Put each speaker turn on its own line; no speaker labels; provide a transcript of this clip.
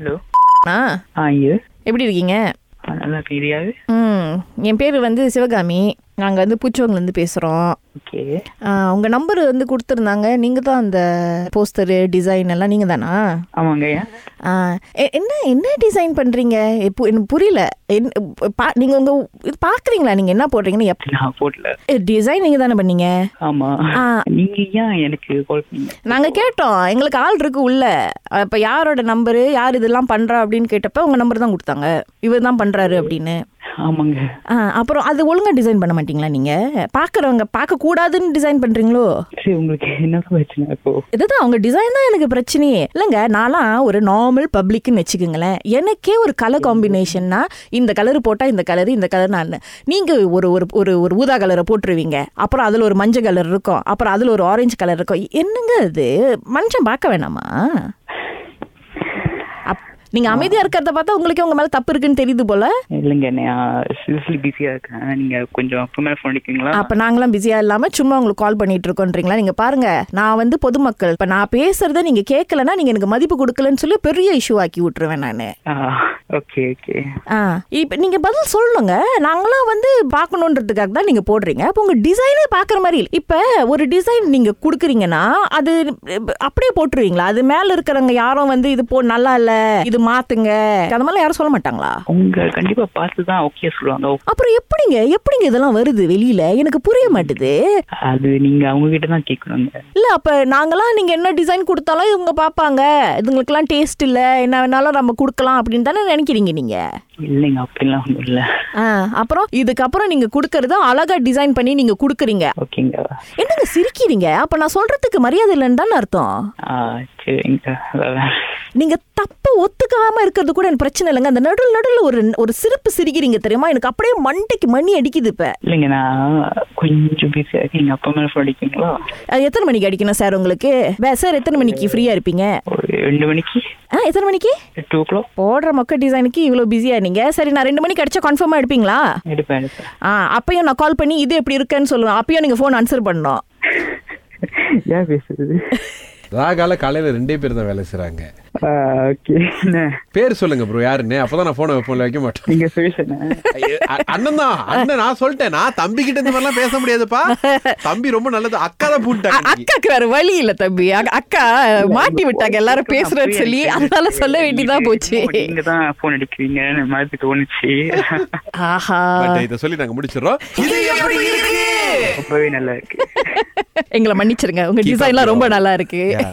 Hello
ஆ
ஆ இது
எப்படி இருக்கீங்க
ஆ, நல்லா இருக்கேன் இது யாரு
ம் என் பேர் வந்து சிவகாமி நாங்கள் வந்து பூச்சவங்கலேருந்து பேசுகிறோம்
ஓகே
உங்கள் நம்பர் வந்து கொடுத்துருந்தாங்க நீங்கள் தான் அந்த போஸ்டரு டிசைன் எல்லாம் நீங்கள் தானா
ஆமாங்க ஐயா
ஆ, எ- என்ன என்ன டிசைன் பண்ணுறீங்க எனக்கு புரியல என் பா நீங்கள் உங்கள் இது பார்க்குறீங்களா நீங்கள் என்ன போடுறீங்கன்னு எப்
நான் போடல
டிசைன் நீங்கள் தானே பண்ணீங்க
ஆமா
ஆ.
நீங்க ஏன் எனக்கு கால் பண்ணீங்க
நாங்கள் கேட்டோம் எங்களுக்கு ஆள் இருக்கு உள்ள இப்போ யாரோட நம்பரு யார் இதெல்லாம் பண்ணுறா அப்படின்னு கேட்டப்ப உங்கள் நம்பர் தான் கொடுத்தாங்க இவர் தான் பண்ணுறாரு அப்படின்னு
ஆமாங்க
ஆ அப்புறம் அது ஒழுங்கா டிசைன் பண்ண மாட்டீங்களா நீங்க பார்க்கறவங்க பார்க்க கூடாதுன்னு டிசைன் பண்றீங்களோ
சரி உங்களுக்கு என்ன பிரச்சனை இப்போ
இதுதான் அவங்க டிசைன் தான் எனக்கு பிரச்சனையே இல்லைங்க நான்லாம் ஒரு நார்மல் பப்ளிக்னு வச்சுக்கோங்களேன் எனக்கே ஒரு கலர் காம்பினேஷன்னா இந்த கலர் போட்டால் இந்த கலர் இந்த கலர் நான் நீங்கள் ஒரு ஒரு ஒரு ஒரு ஊதா கலரை போட்டுருவீங்க அப்புறம் அதில் ஒரு மஞ்சள் கலர் இருக்கும் அப்புறம் அதில் ஒரு ஆரஞ்சு கலர் இருக்கும் என்னங்க இது மனுஷன் பார்க்க வேணாமா அப் நீங்கள் அமைதியாக இருக்கிறத பார்த்தா உங்களுக்கே உங்கள் மேலே தப்பு இருக்குன்னு தெரியுது போல
இல்லைங்க நான் சிசில் பிஸியா இருக்கேன் நீங்க கொஞ்சம் அப்புறமே ஃபோன் அடிக்கிறீங்களா
அப்ப நாங்களாம் பிஸியா இல்லாம சும்மா உங்களுக்கு கால் பண்ணிட்டு இருக்கோன்றீங்களா நீங்க பாருங்க நான் வந்து பொதுமக்கள் இப்ப நான் பேசுறத நீங்க கேட்கலன்னா நீங்க எனக்கு மதிப்பு கொடுக்கலன்னு சொல்லி பெரிய இஷ்யூ ஆக்கி விட்டுருவேன் நானு
ஓகே ஓகே
ஆ இப்ப நீங்க பதில் சொல்லுங்க நாங்களாம் வந்து பார்க்கணுன்றதுக்காக தான் நீங்க போடுறீங்க அப்போ உங்க டிசைனே பார்க்குற மாதிரி இல்ல. இப்ப ஒரு டிசைன் நீங்க கொடுக்குறீங்கன்னா அது அப்படியே போட்டுருவீங்களா அது மேல இருக்கிறவங்க யாரும் வந்து இது போ நல்லா இல்ல இது மாத்துங்க அந்த மாதிரிலாம் யாரும் சொல்ல மாட்டாங்களா
உங்க கண்டிப்பா பார்த்து தான் ஓகே சொல்லுவாங்க
அப்புறம் எப்படிங்க எப்படிங்க இதெல்லாம் வருது வெளியில எனக்கு புரிய மாட்டுது
அது நீங்க அவங்க கிட்ட தான் கேட்கணுங்க
இல்ல அப்ப நாங்களாம் நீங்க என்ன டிசைன் கொடுத்தாலும் இவங்க பாப்பாங்க இதுங்களுக்கெல்லாம் டேஸ்ட் இல்ல என்ன வேணாலும் நம்ம கொடுக்கலாம் அப்படின்னு தானே நினைக்கிறீங்க நீங்க
இல்லைங்க அப்படிலாம் ஒன்றும் இல்லை
ஆ, அப்புறம் இதுக்கப்புறம் நீங்க கொடுக்கறத அழகா டிசைன் பண்ணி நீங்க கொடுக்குறீங்க
ஓகேங்க
என்னங்க சிரிக்கிறீங்க அப்ப நான் சொல்றதுக்கு மரியாதை இல்லைன்னு தானே அர்த்தம்
ஆ சரிங்க அதான்.
நீங்க தப்ப ஒத்துக்காம இருக்கிறது கூட எனக்கு பிரச்சனை இல்லைங்க அந்த நடுவில் நடுவில் ஒரு ஒரு சிரிப்பு சிரிக்கிறீங்க தெரியுமா எனக்கு அப்படியே மண்டைக்கு மணி அடிக்குது இப்ப
இல்லைங்க நான் கொஞ்சம் பிஸியா இருக்கேன் நீங்க அப்புறமே ஃபோன் அடிக்கிறீங்களா
அஹ், எத்தனை மணிக்கு அடிக்கணும் சார் உங்களுக்கு வே- சார் எத்தனை மணிக்கு ஃப்ரீயா இருப்பீங்க
ஒரு ரெண்டு மணிக்கு
ஆ எத்தனை மணிக்கு
டூ ஓ கிளாக்
போடுற மொக்க டிசைனுக்கு இவ்வளோ பிஸியாக இருந்தீங்க சரி நான் ரெண்டு மணிக்கு அடிச்சா கன்ஃபார்மாக எடுப்பீங்களா
எடுப்பேன் எடுப்பேன்
ஆ அப்பயும் நான் கால் பண்ணி இது எப்படி இருக்குன்னு சொல்லுவேன் அப்பயும் நீங்கள் ஃபோன் ஆன்சர் பண்ணணும்
ஏன் பேசுறது
ராகால காலையில ரெண்டே பேர் தான் வேலை செய்றாங்க
ஓகே என்ன
பேர் சொல்லுங்க ப்ரோ யாருன்னு அப்பதான் நான் போனை வைப்போம்ல வைக்க மாட்டேன்
நீங்க சுரேஷ் என்ன
ஐயோ, அ- அண்ணன் தான் அண்ணன் நான் சொல்லிட்டேன் நான் தம்பி கிட்ட இந்த மாதிரிலாம் பேச முடியாதுப்பா தம்பி ரொம்ப நல்லது அக்கா தான்
அ-
பூட்டாங்க
அக்காக்கு வேற வழி இல்லை தம்பி அ- அக்கா மாட்டி விட்டாங்க எல்லாரும் பேசுறேன்னு சொல்லி அதனால சொல்ல வேண்டியதா போச்சு
நீங்க தான் போன் அடிக்கிறீங்க மாதிரி தோணுச்சு
ஆஹா
பட் இதை சொல்லி நாங்க முடிச்சிடறோம் இது எப்படி இருக்கு
ரொம்பவே நல்லா இருக்கு
எங்களை மன்னிச்சிருங்க உங்க
Keep up
டிசைன்லாம்
your-
ரொம்ப நல்லா இருக்கு
Yeah.